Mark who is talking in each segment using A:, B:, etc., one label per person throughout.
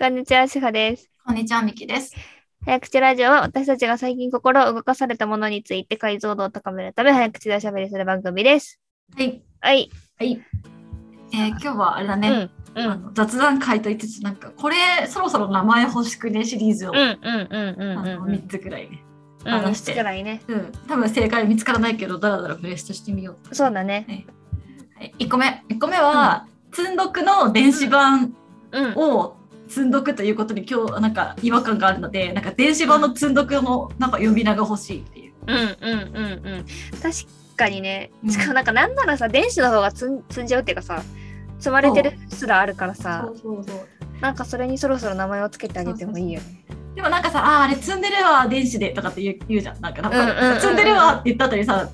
A: こんにちは、しほです。
B: こんにちは、みきです。
A: 早口ラジオは私たちが最近心を動かされたものについて解像度を高めるため早口でおしゃべりする番組です。
B: はい。
A: はい。
B: はい。えー今日はあれだ
A: う
B: ね、
A: ん。うん。う
B: あ
A: ん
B: の雑談会と言いつつ、なんか、これ、そろそろ名前欲しくねシリーズを、
A: うんうんうん
B: あ
A: うん
B: の
A: うん。
B: 3つくらいね。
A: うん、
B: 話して
A: くらいね。
B: うん。多分正解見つからないけど、だらだらブレストしてみよう。
A: そうだね。
B: はい、1個目。1個目は、積、んどくの電子版
A: うん。
B: を積んどくということに今日、なんか違和感があるので、なんか電子版の積んどくのなんか呼び名が欲しいっていう。
A: うんうんうんうん。確かにね
B: う。ん
A: しかもなんかなんならさ、電子の方が積ん積んじゃうっていうかさ、積まれてるすらあるからさ、
B: そうそうそう。
A: なんかそれにそろそろ名前をつけてあげてもいいよね。
B: でもなんかさ、あーあれ積んでるわ、電子でとかって言う言うじゃん。なんか、なん
A: うんうんうんうん
B: か積んでるわって言った後にさ、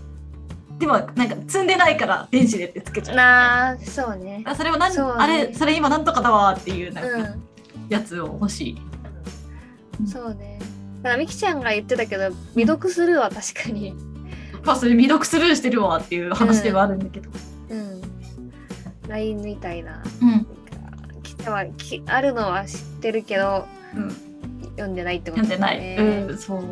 B: でもなんか積んでないから電子でってつけちゃう。
A: なあ、そうね。
B: あそれは何、
A: そうね
B: あれ、それ今なんとかだわっていうなん
A: う
B: か
A: ん。
B: やつを欲しい。
A: そうね。だからみきちゃんが言ってたけど、未読するは確かに。
B: まあそれ未読スルーしてるわっていう話ではあるんだけど。
A: うん。LINE みたいな。
B: うん。
A: きたはきあるのは知ってるけど、
B: うん、
A: 読んでないってこと
B: 読んでない。うん、そう。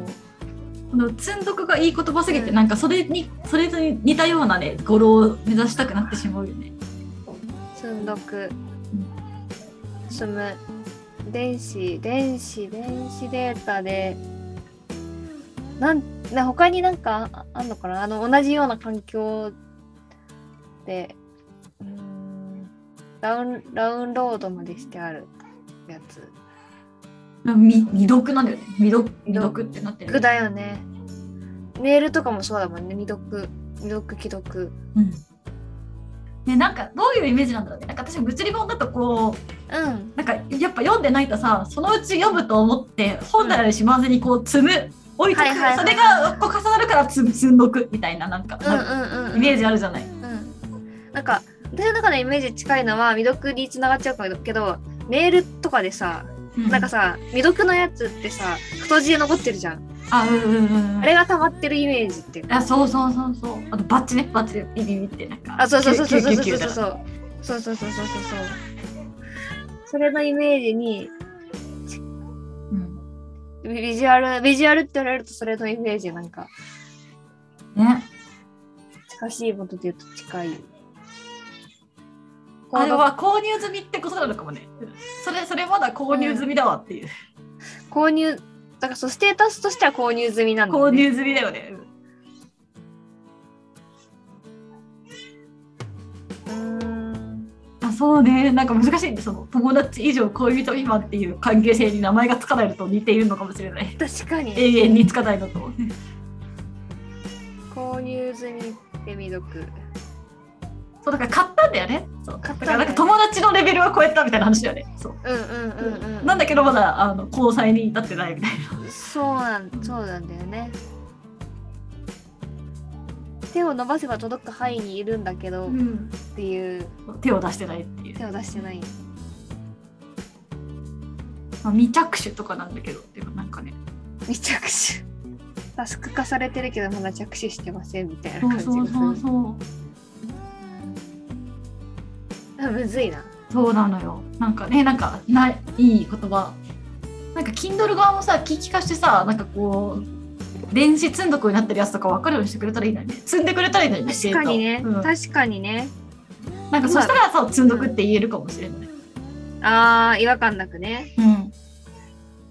B: この積んどくがいい言葉すぎて、
A: うん
B: なんかそれに、それと似たようなね、語呂を目指したくなってしまうよね。
A: 積んどく。積む。電子、電子、電子データで。なん、な他になんかああんのかなあの、同じような環境で、うーんダウン、ダウンロードまでしてあるやつ。
B: み未読なんだよね。未読、未読ってなってる、
A: くだよね。メールとかもそうだもんね。未読、未読、既読。
B: うんね、なんかどういうイメージなんだろうねなんか私も物理本だとこ
A: うん。
B: うなんかやっぱ読んでないとさそのうち読むと思って本棚にしまわずにこう積む置いとく、
A: はいはいはい
B: それがこう重なるから積積んどくみたいななんか、
A: うん
B: なんか
A: うんうん。
B: イメージあるじゃない。
A: うん。なんか、私の中のイメージ近いのは未読につながっちゃうかもけど、メールとかでさ、なんかさ、未読のやつってさ、太字で残ってるじゃん。
B: あうんうんうん
A: あれが溜まってるイメージっていうか。
B: あそうそうそうそうあとバッチねバッチでビビビってなんか
A: あ、そうそうそうそうそうそう
B: 999
A: そう
B: だ
A: そ
B: か
A: う。そうそうそうそうそうそう。それのイメージに、
B: らうん
A: ビビジュアル、ビジュアルって言われるとそれのイメージなんか、
B: ね
A: 近しいことで言うと近い。
B: あれは購入済みってことなのかもねそれそれまだ購入済みだわっていう、
A: 購入だからそうステータスとしては購入済みなんだ、ね、
B: 購入済みだよね、うん
A: うーん
B: あそうねなんか難しいんでその友達以上恋人未満っていう関係性に名前がつかないのと似ているのかもしれない
A: 確かに
B: 永遠につかないのと
A: 購入済みって未読
B: そうだから買ったんだよねそう
A: 買
B: だ
A: ったん
B: か
A: だよ
B: らなんか友達のレベルは超えたみたいな話だよねそう、
A: うんうんうんうん
B: なんだけどまだあの交際に至ってないみたい
A: そうなんそうなんだよね手を伸ばせば届く範囲にいるんだけど、
B: な、
A: っていう
B: 手を出してないっていう、
A: 手を出してない
B: まあ、未着手とかなんだけどでもなんかね
A: 未着手タスク化されてるけどまだ着手してませんみたいな
B: そ
A: 感
B: う
A: じ
B: そ
A: が
B: う
A: す
B: そう
A: る
B: そう
A: あむずいな
B: そうなのよなんかねなんかないいい言葉なんか Kindle 側もさ聞き聞かしてさなんかこう電子積んどくになってるやつとか分かるようにしてくれたらいいのにね積んでくれたらいいのにね
A: 確かにね、
B: データを
A: 確かにね
B: うん、なんかそしたらさ積んどくって言えるかもしれない、
A: あー違和感なくね
B: うん、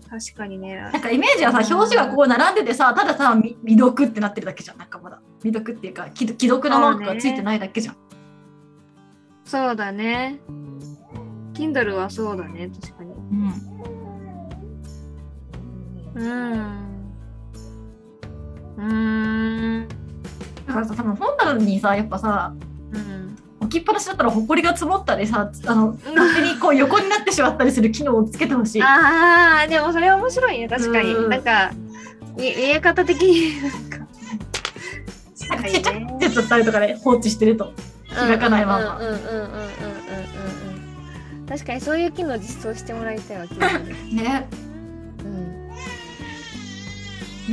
A: 確かにね
B: なんかイメージはさ表紙がこう並んでてさたださみ未読ってなってるだけじゃんなんかまだ未読っていうか既既読のマークがついてないだけじゃん、
A: そうだね。Kindle はそうだね、確かに。
B: うん、
A: うーん。うーん。
B: だからさ多分本棚にさやっぱさ
A: うん。
B: 置きっぱなしだったら埃が積もったりさあの勝手にこう横になってしまったりする機能をつけてほしい。
A: ああ、でもそれは面白いね、確かに。
B: うん
A: なんか、み見え方的に、なんか。
B: なんかちっちゃくてつったりとかね放置してると。開かないまま
A: うんうんうんうんうんうんうんうん。確かにそういう機能実装してもらいたいわ、Kindle に
B: ね
A: うん。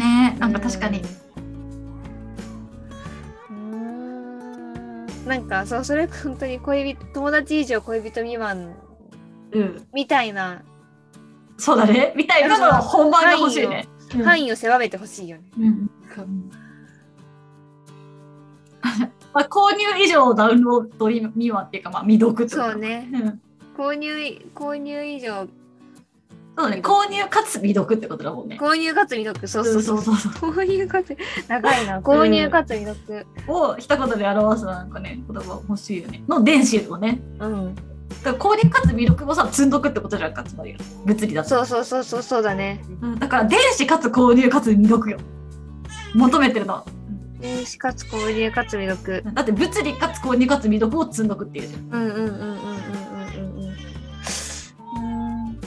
B: ねなんか確かに。
A: うん。うーんなんかそうそれ本当に恋人友達以上恋人未満
B: うん
A: みたいな
B: そうだねみたいなのが本番が欲しいね。
A: 範囲を狭めてほしいよね。
B: うんうんうんまあ、購入以上ダウンロード未満っていうか、まあ、未読とか
A: そうね。
B: うん
A: 購入い、購入以上、
B: そうだね購入かつ未読ってことだもんね。
A: 購入かつ未読、そうそうそう。
B: そうそう
A: 購入かつ、長いな。 購入かつ未読。
B: を一言で表すなんかね言葉欲しいよねの電子をね
A: うん。
B: だから購入かつ魅力もさ積んどくってことじゃんかつまり物理だと
A: そうそうそうそう、そうだね。
B: うんだから電子かつ購入かつ魅力よ求めてるのは
A: 電子かつ購入かつ未読。
B: だって物理かつ購入かつ魅力を積んどくっていうじゃん
A: うんうんうんうんうんうんうんうん。うーんう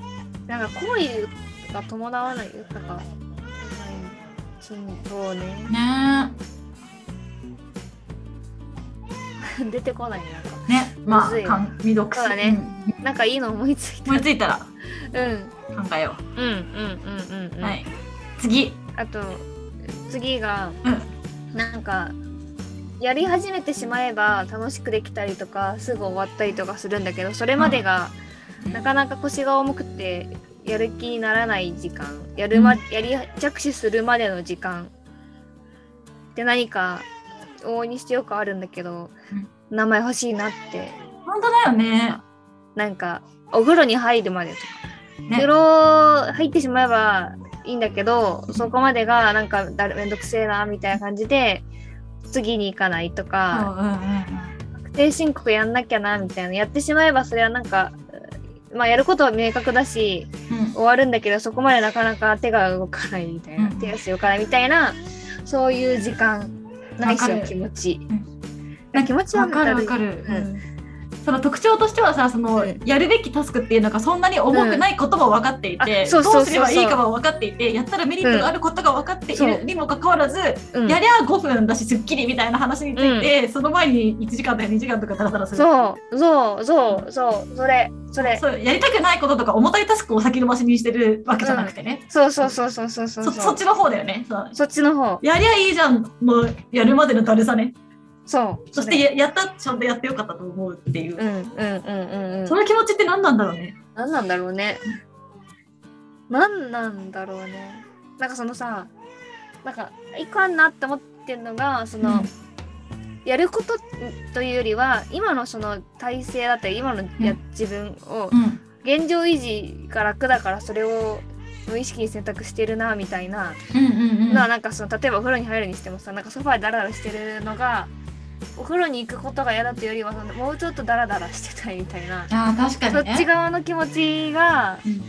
A: ーんなんか行為が伴わない豊か。うんそうね。
B: ね
A: 出てこないねなんか。
B: えねまあ
A: むずい
B: かん魅力
A: そうだね
B: うん
A: なんかいいの思いついた。
B: 思いついたら
A: うん。
B: 考えよ
A: うんうんうんうんう
B: う、
A: ん。
B: はい次
A: あと次が、
B: う
A: なんかやり始めてしまえば楽しくできたりとかすぐ終わったりとかするんだけどそれまでが、
B: うん
A: なかなか腰が重くてやる気にならない時間やる、ま
B: うん
A: やり着手するまでの時間って何か往々にしてよくあるんだけど、名前欲しいなって
B: 本当だよね
A: なんかお風呂に入るまでとか、
B: ね
A: 風呂入ってしまえばいいんだけどそこまでがなんかだるめんどくせえなみたいな感じで次に行かないと
B: うん
A: か、
B: うんうん
A: 確定申告やんなきゃなみたいなやってしまえばそれはなんか、まあ、やることは明確だし
B: うん
A: 終わるんだけどそこまでなかなか手が動かないみたいな、
B: うん
A: 手足動かないみたいなそういう時間ないし
B: わか
A: は
B: る
A: 気持ち。
B: ん
A: なんか気持ちは
B: わかるわか
A: る。
B: る、
A: うん
B: その特徴としてはさその、
A: うん
B: やるべきタスクっていうのがそんなに重くないことも分かっていて、
A: うんあそうそう
B: どうすれば
A: そう
B: い
A: そう
B: いかも分かっていてやったらメリットがあることが分かってい
A: そう
B: るにもかかわらず、
A: うん
B: やりゃ5分だしすっきりみたいな話について、その前に1時間とか2時間とかダラダラする
A: そうそうそうそうそれそれ
B: そうやりたくないこととか重たいタスクを先延ばしにしてるわけじゃなくてね、
A: そうそうそうそうそうそう
B: そそっちの方だよねそう
A: そっちの方
B: やりゃいいじゃんのやるまでのだるさね
A: そう
B: そしてややったちゃんとやってよかったと思うっていう、
A: うんうんうんうんうん
B: その気持ちって何なんだろうね
A: 何なんだろうね何なんだろうねなんかそのさなんかいかんなって思ってるのがその、やることというよりは今のその体制だったり今のや、
B: うん
A: 自分を
B: うんうん
A: 現状維持が楽だからそれを無意識に選択してるなみたいな
B: うんうんうん
A: のはなんかその例えばお風呂に入るにしてもさなんかソファーでダラダラしてるのがお風呂に行くことが嫌だというよりはそのもうちょっとダラダラしてたいみたいな、
B: あー確か
A: そ
B: に
A: っ
B: ね
A: ち側の気持ちが
B: うん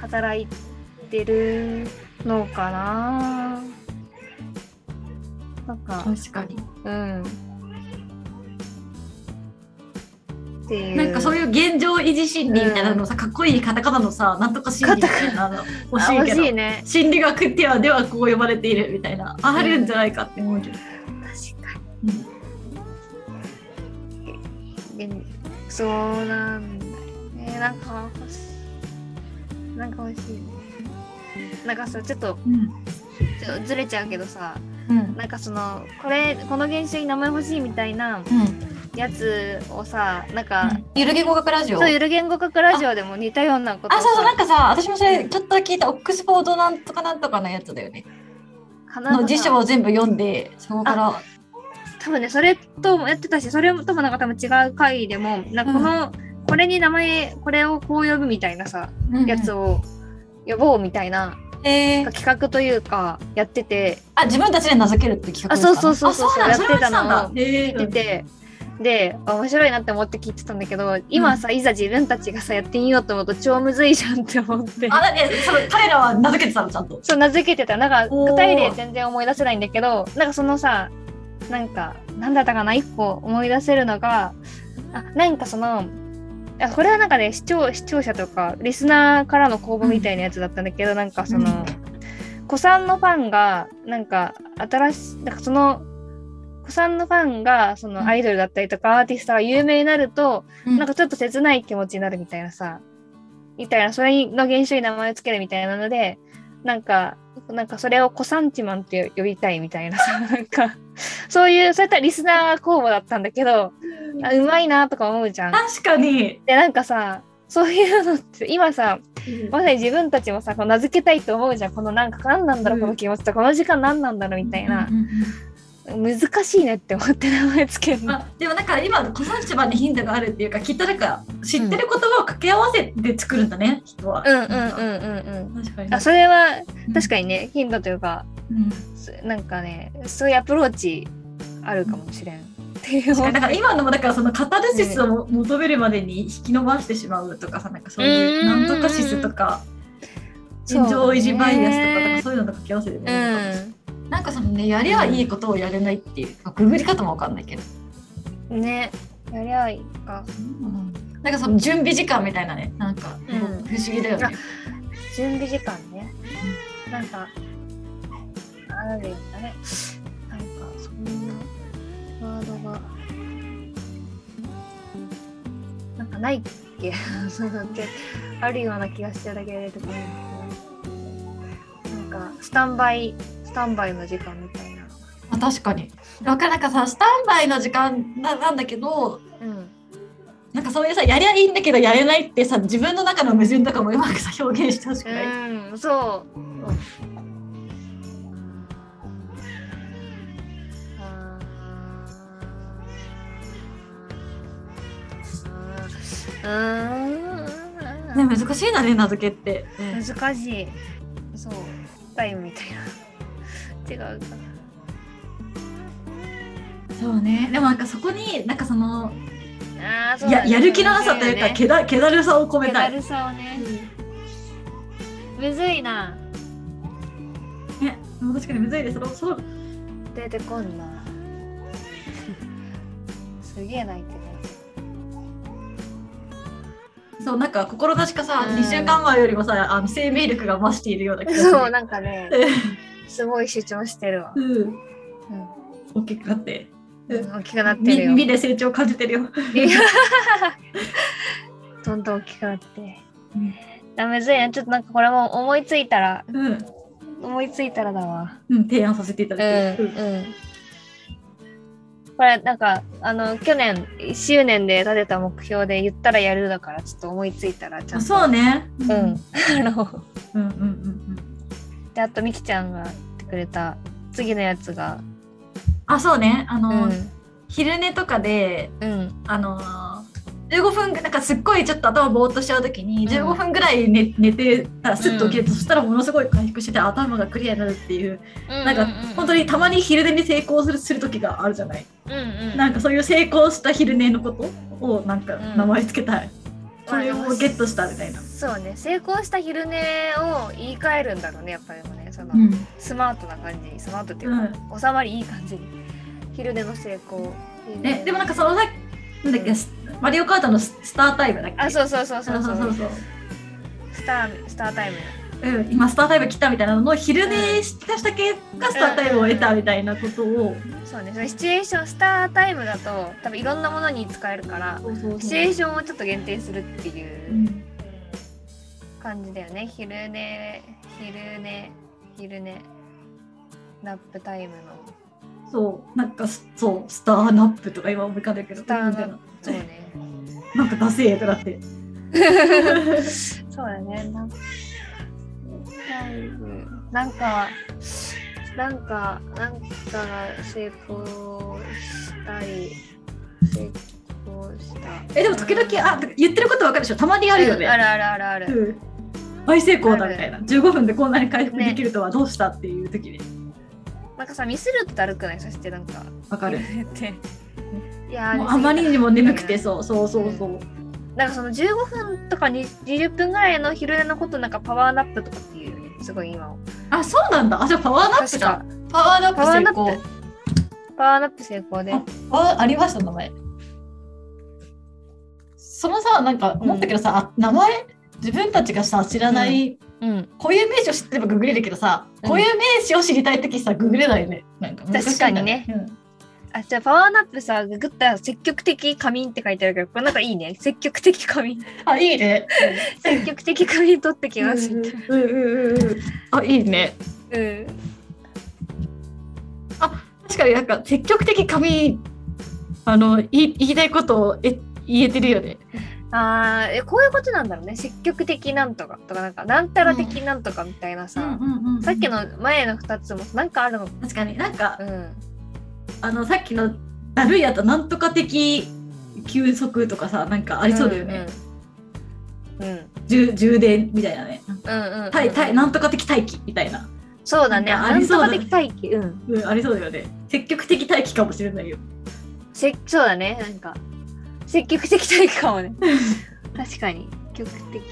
A: 働いてるのかななんか
B: 確かに
A: うんっていう
B: なんかそういう現状維持心理みたいなのさ、かっこいいカタカナのさなんとか心理みたいなの欲し
A: あ
B: い
A: 欲
B: け
A: し
B: ど
A: いね
B: 心理学ってはではこう呼ばれているみたいなああるんじゃないかって思うけど、
A: 確か
B: うん
A: にでそうなんだよねなんか欲しいなんか欲しいねなんかさちょっと
B: うん
A: ちょっとずれちゃうけどさ
B: うん
A: なんかそのこれこの現象に名前欲しいみたいなやつをさなんか、
B: ゆる言語学ラジオ
A: そうゆる言語学ラジオでも似たようなことを
B: あ
A: さ
B: そうそうなんかさ私もそれちょっと聞いたオックスフォードなんとかなんとかのやつだよね
A: かな
B: の辞書を全部読んでそこから
A: 多分ねそれともやってたしそれともなんか多分違う回でもなんかこの、これに名前これをこう呼ぶみたいなさやつ
B: を、
A: を呼ぼうみたいな
B: え
A: なんか企画というかやってて
B: あ自分たちで名付けるって企画
A: あ
B: ですか
A: そうそうそうそう
B: あなんだ
A: やってたの
B: それはしてた
A: 出
B: んだへ
A: て。であ面白いなって思って聞いてたんだけど今さ、いざ自分たちがさやってみようと思うと超むずいじゃんって思って
B: ーあだってその彼らは名付けてたのちゃんと
A: そう名付けてたなんか
B: おー
A: 具体例全然思い出せないんだけどなんかそのさなんか何だったかな一個思い出せるのがあなんかそのあこれはなんかね視聴視聴者とかリスナーからの公募みたいなやつだったんだけど、なんかその子さんのファンがなんか新しいなんかその子さんのファンがそのアイドルだったりとかアーティストが有名になると、
B: な
A: なんかちょっと切ない気持ちになるみたいなさ、みたいな、それの現象に名前をつけるみたいなので、なんか、なんかそれをコサンチマン って呼びたいみたいなさ、なんか、そういう、そういったリスナー公募だったんだけど、あうまいなとか思うじゃん。
B: 確かに。
A: でなんかさそういうのって今さまさに自分たちもさこう名付けたいと思うじゃんこのなんか何なんだろう、
B: うん
A: この気持ちとこの時間何なんだろうみたいな
B: うん、うんうん
A: 難しいねって思って名前つけるの、
B: まあ、でもだから今の小三番にヒントがあるっていうかきっとなんか知ってる言葉を掛け合わせて作るんだね、人は。
A: うんうんうんうん
B: 確か
A: う
B: に
A: んあそれは確
B: に、
A: かにね頻度というか
B: うん
A: そなんかねそういうアプローチあるかもしれんっていう
B: 確かにだから今のもだからそのカタルシスを求めるまでに引き伸ばしてしまうとかさなんかそういう
A: うん
B: なんとかシスとか
A: そうね
B: 現状維持バイアスとかなんかそういうのと掛け合わせても
A: う
B: いいのかもしれないなんかそのねやりゃいいことをやれないっていうまあググり方もわかんないけど、
A: んねやりゃいいか
B: なんかその準備時間みたいなねなんか
A: うん
B: 不思議だよね、
A: 準備時間ねなんかあなんであれなんかそんなワードがなんかないっけ そうだってあるような気がしてるだけで出てこないんですよねなんかスタンバイスタンバイの時間みたいな
B: まあ、確かにだからなんかさスタンバイの時間ななんだけど
A: うん
B: なんかそういうさやりゃいいんだけどやれないってさ自分の中の矛盾とかもうまくさ表現してほしくない、
A: うん、そう。あーあー
B: ね、難しいなね名付けって、
A: 難しい。そう。タイムみたいな。違うか。
B: そうねでもなんかそこになんかその
A: あーそうだ
B: や
A: ね
B: やる気のなさというか
A: そう
B: けだけだるさを込
A: だよね
B: め
A: 気だるさ
B: たい、
A: をね。むずいな。
B: ね、でも確かにむずいですそのその
A: 出てこんな。すげえ泣いてる。
B: そうなんか志かさ、
A: うん
B: 2週間前よりもさあの生命力が増しているような気 がする
A: そう、なんかね、すごい主張してるわ。
B: うん
A: うん
B: 大きくなってうん
A: 大きくなってる
B: み
A: よ。
B: 身で成長を感じてるよ
A: どんどん大きくなって
B: うん。
A: ダメずいな、ちょっとなんかこれも思いついたら、
B: うん、
A: 思いついたらだわ。
B: うん、提案させていた
A: うん、う
B: だいてる、うん
A: ん。これなんか、あの、去年1周年で立てた目標で言ったらやるだから、ちょっと思いついたらちゃ
B: あ
A: んと。
B: そうね、
A: うん。 あの、
B: うんうんうんうん
A: で、あとみきちゃんが言ってくれた次のやつが、
B: あそうねあ
A: う
B: の、
A: ん、
B: 昼寝とかで
A: うん、
B: あのー、15分なんかすっごいちょっと頭ぼーっとしちゃう時に
A: うん
B: 15分ぐらい寝寝てたらスッと起きると、そしたらものすごい回復してて頭がクリアになるっていうなんか本当にたまに昼寝に成功するする時があるじゃない
A: うん、うん、
B: なんかそういう成功した昼寝のことをなんか
A: うん
B: 名前つけたい、それをゲットしたみたいな、
A: そうね成功した昼寝を言い換えるんだろうねやっぱりでもねその、
B: うん
A: スマートな感じにスマートっていうか、収まりいい感じに昼寝の成功
B: えでもなんか
A: か
B: そのさなんだっけ、スマリオカートのススタータイムだっけ
A: あそうそうそうそうそう
B: そうそう
A: スタースタータイム
B: そう、うん、今スタータイム来たみたいなのの昼寝したした結果スタータイムを得たみたいなことを、
A: そうねそのシチュエーションスタータイムだと多分いろんなものに使えるから
B: そうそうそう
A: シチュエーションをちょっと限定するっていううん感じだよね昼寝昼寝昼寝ナップタイムの
B: そうなんかすそうスターナップとか今思い浮かんだけど
A: スターナップ
B: みたいな
A: そうね
B: なんかダセえとかって
A: そうだね。なんか、なんか、なんか、なんかが成功したり、成功した。
B: えでも時々あ言ってることわかるでしょたまにあるよね、
A: うんあるあるあるある。
B: うん大成功だみたいな15分でこんなに回復できるとはどうしたっていう時に
A: なんかさ、ミスるってだるくないそしてなんか、
B: わかる
A: って。いやー
B: もうあまりにも眠くて
A: そう
B: そうそうそうそう
A: なんかその15分とかに20分ぐらいの昼寝のことなんかパワーナップとかっていうよねすごい今を
B: あそうなんだあじゃあパワーナップ
A: 確
B: じゃ
A: か
B: んパワーナップ
A: パワーナッ
B: 成
A: プ
B: 功
A: パワーナップ成功で
B: あありました名前そのさなんか思ったけどさ、あ名前自分たちがさ知らない、
A: うん
B: 固有名詞を知ってればググれるけどさ、
A: うん
B: 固有名詞を知りたい時さググれないよねなんか難しいんだ
A: 確あ、じゃあパワーナップさ、ググったら積極的仮眠って書いてあるけど、これなんかいいね。積極的仮眠。
B: うんあいいね
A: 積極的仮眠取ってきます。うん。
B: うんうんうんうんあいいね確かになんか積極的髪あのい言いたいことをえ言えてるよね。
A: あーえこういうことなんだろうね積極的なんとかとかなんかなんたら的なんとかみたいなさ、さっきの前の2つもなんかあるの
B: 確かになんか
A: うん
B: あのさっきのだるいやったなんとか的休息とかさなんかあ
A: あ
B: りそうだよね。
A: うんうん、うん
B: 充充電みたいなね。
A: うんうんうん
B: たいたいなんとか的待機みたいな、
A: そうだね
B: なんか
A: な
B: あ
A: ん
B: り
A: と
B: そうだ
A: か
B: ね
A: 的待機うん
B: うん、ありそうだよね。積極的待機かもしれないよ。
A: せそうだねなんか積極的待機かもね確かに積極的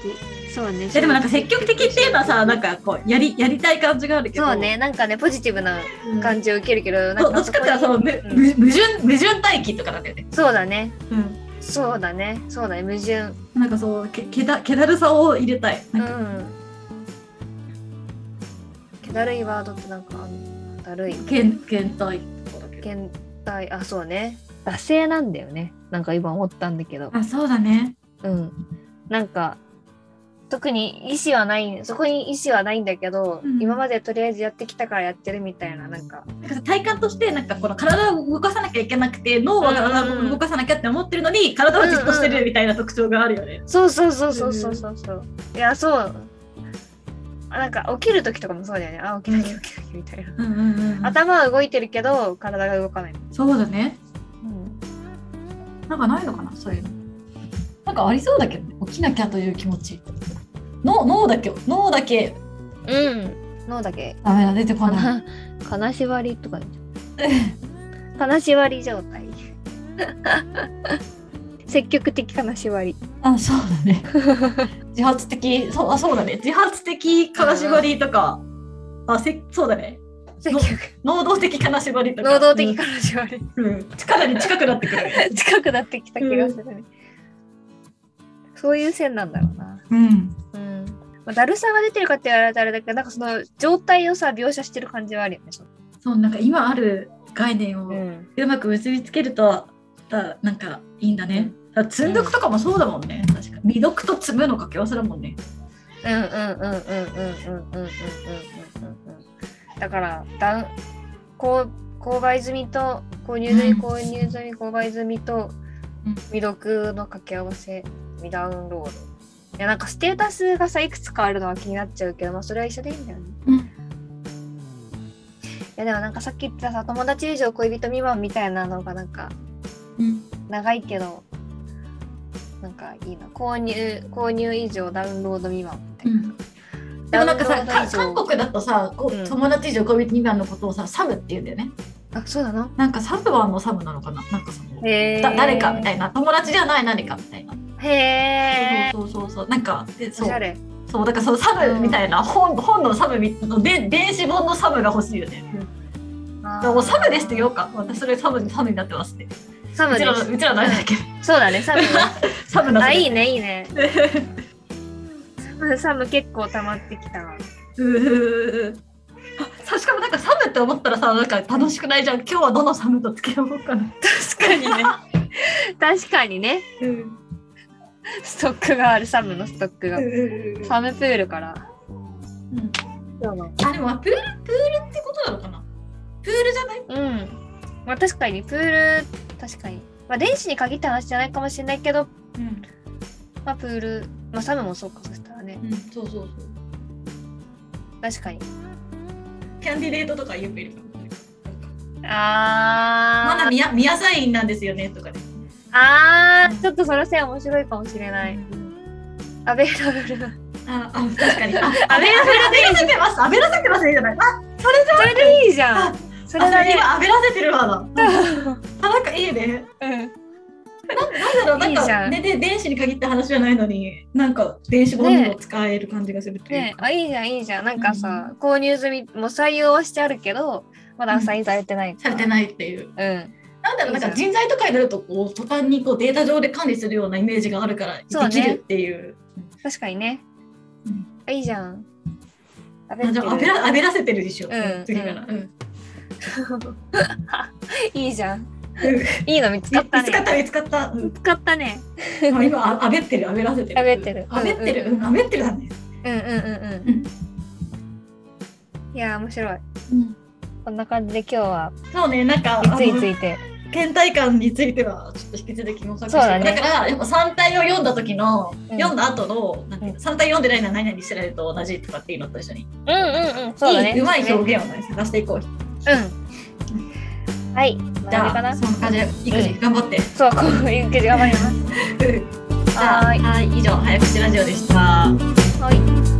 A: そうね
B: えでもなんか積極的っていうのはさなん
A: か
B: かこうやりやりたい感じがあるけど
A: そうねなんかねポジティブな
B: うん
A: 感じを受けるけど、なん
B: そうどっちかっていうとその
A: こ
B: む
A: に
B: む矛盾矛盾待機とかなんだよね。
A: そうだね
B: うん
A: そうだねそうだね矛盾
B: なんかそうけけだけだるさを入れたい。なんか
A: うんけだるいワードってなんかあのだるい
B: けん倦怠とかだけど。
A: 現代あそうね惰性なんだよねなんか今思ったんだけど
B: あそうだね。
A: うんなんか特に意思はないそこに意思はないんだけど、
B: うん
A: 今までとりあえずやってきたからやってるみたいななんか
B: なんかさ体感としてなんかこの体を動かさなきゃいけなくて脳は体を動かさなきゃって思ってるのに体はじっとしてるみたいな特徴があるよね。
A: そうそうそうそうそうそうそういやそうあなんか起きる時とかもそうだよねあ起きなきゃ起きなきゃみたいな、
B: うんうんうん
A: 頭は動いてるけど体が動かない、
B: そうだね。
A: うん、
B: なんかないのかなそういうの。なんかありそうだけどね、起きなきゃという気持ち。脳脳だけ脳だけ
A: うん脳だけ
B: ダメだ出てこ
A: か
B: ない。
A: な 金縛りとか金縛り状態 積極的金縛り
B: あそうだ ね。自発的そうあそうだね自発的金縛りとか、あせそうだね
A: 積極
B: 能動的金縛りとか
A: 能動的、金縛り
B: うんうん、かなり近くなってくるね。
A: 近くなってきた気がするね、そういう線なんだろうな
B: うん
A: うんまあだるさが出てるかって言われたらあれだけどなんかその状態をさ描写してる感じはあるよねちょっ
B: そうなんか今ある概念
A: と
B: をうまく結びつけると、だなんかいいんだね。だから積んどくとかもそうだもんね。確か未読と積むの掛け合わせだもんね。
A: うんうんうんうんうんうんうんうんうんうんうんうんだからだんこう購買済みと購入済
B: うん
A: み購入済み購買済みと
B: うん
A: 未読の掛け合わせ未ダウンロードいやなんかステータスがさいくつかあるのは気になっちゃうけどまあそれは一緒でいいんだよね、
B: うん
A: いやでもなんかさっき言ってたさ友達以上恋人未満みたいなのがなんか長いけどなんかいいな購入購入以上ダウンロード未満みたいな、
B: でもなんか
A: ダウ
B: さ
A: ンロード以上
B: か韓国だとさ、こう
A: うん
B: 友達以上恋人未満のことをさサブって言うんだよね。
A: あそうだな
B: なんかサブはのサブなのかな。なんかその
A: へ
B: だ誰かみた
A: い
B: いな友達じゃない何かみたいな。
A: へえ
B: そうそうそうそうなんかで
A: お
B: そ
A: しゃ
B: う
A: れ
B: そうだからそのサブみたいな、本本のサブみで電子本のサブが欲しいよね。
A: あー
B: もうサブですって言おうか。私それサブにサブになってますって。
A: サ
B: う
A: ム
B: ち
A: で
B: ら
A: す
B: のうちらのあれだっけ。
A: そうだね サムです
B: サブな
A: あ
B: サブ
A: いいねいいね サムサム結構溜まってきたわ
B: うーあさしかもなんかサブって思ったらさなんか楽しくないじゃん今日はどのサムと付き合おうかな、
A: 確かにね 確かにねストックがあるサムのストックがサムプールから
B: うん
A: そうなの
B: あでもまあプールプールってことなのかなプールじゃない
A: うんまあ確かにプール確かにまあ電子に限った話じゃないかもしれないけど
B: うん、
A: まあプールまあサムもそうかそしたらね
B: うん、そうそうそう
A: 確かに
B: キャンディデートとかよくいるかも
A: あ
B: ま
A: ー
B: だ宮宮サインなんですよねとかね
A: あ
B: うん
A: ーちょっとその線面白いかもしれない。アベラブルな。
B: ああ確かにあ
A: アベラブル
B: べらせてますあべらせてますねじゃないあ
A: それでいいじゃ
B: あ
A: ん。そ
B: そ
A: れ
B: れ
A: でいい。
B: 今あべらせてるわだあなんかいいね
A: うん
B: なんだろうなん
A: いいじ
B: か
A: ゃん
B: ねで電子に限った話じゃないのになんか電子本を使える感じがするとい
A: ね
B: うか、
A: あいいじゃんいいじゃん。なんかさ、購入済みもう採用はしてあるけどまだアサインされてない。
B: されて
A: い。
B: ないっていう
A: うん。
B: なんだろう
A: いいじ
B: な
A: ゃん
B: んか人材とかになるとこう途端にこうデータ上で管理するようなイメージがあるから
A: そう
B: で
A: ね
B: きるっていう。
A: 確かにね
B: うん。
A: あいいじゃん。アベ
B: あじゃあ
A: ラ
B: あ
A: ブ
B: べ
A: ル。
B: らあべらせてるでしょ、
A: うん
B: 次から、うん
A: いいじゃん。
B: うん
A: いいの見つかった
B: 見つかっ
A: ね。
B: た見つかった、うん
A: 見つかったね。
B: まあ今ああべってるあべらせてる
A: あべってる
B: あべってる、
A: うんうん
B: うんあべってるだね、
A: うんうんうんうん。いやー面白い。こんな感じで今日は
B: そうねなんか
A: いつについて
B: 倦怠感についてはちょっと引き続き模索して
A: そうだね
B: からやっぱ3体を読んだ時の、
A: うん
B: 読んだ後のなんていうの3体読んでないな何々してないと同じとかっていうのと一緒に
A: うんうんうんそうだね
B: いいうまい表現を、ね、探していこう
A: うんはい
B: じ
A: じか
B: ゃあ
A: な
B: そんな感じで育児頑張って、
A: そうこういう けど頑張ります
B: じゃあ
A: はーい
B: はい以上早口ラジオでした。
A: はい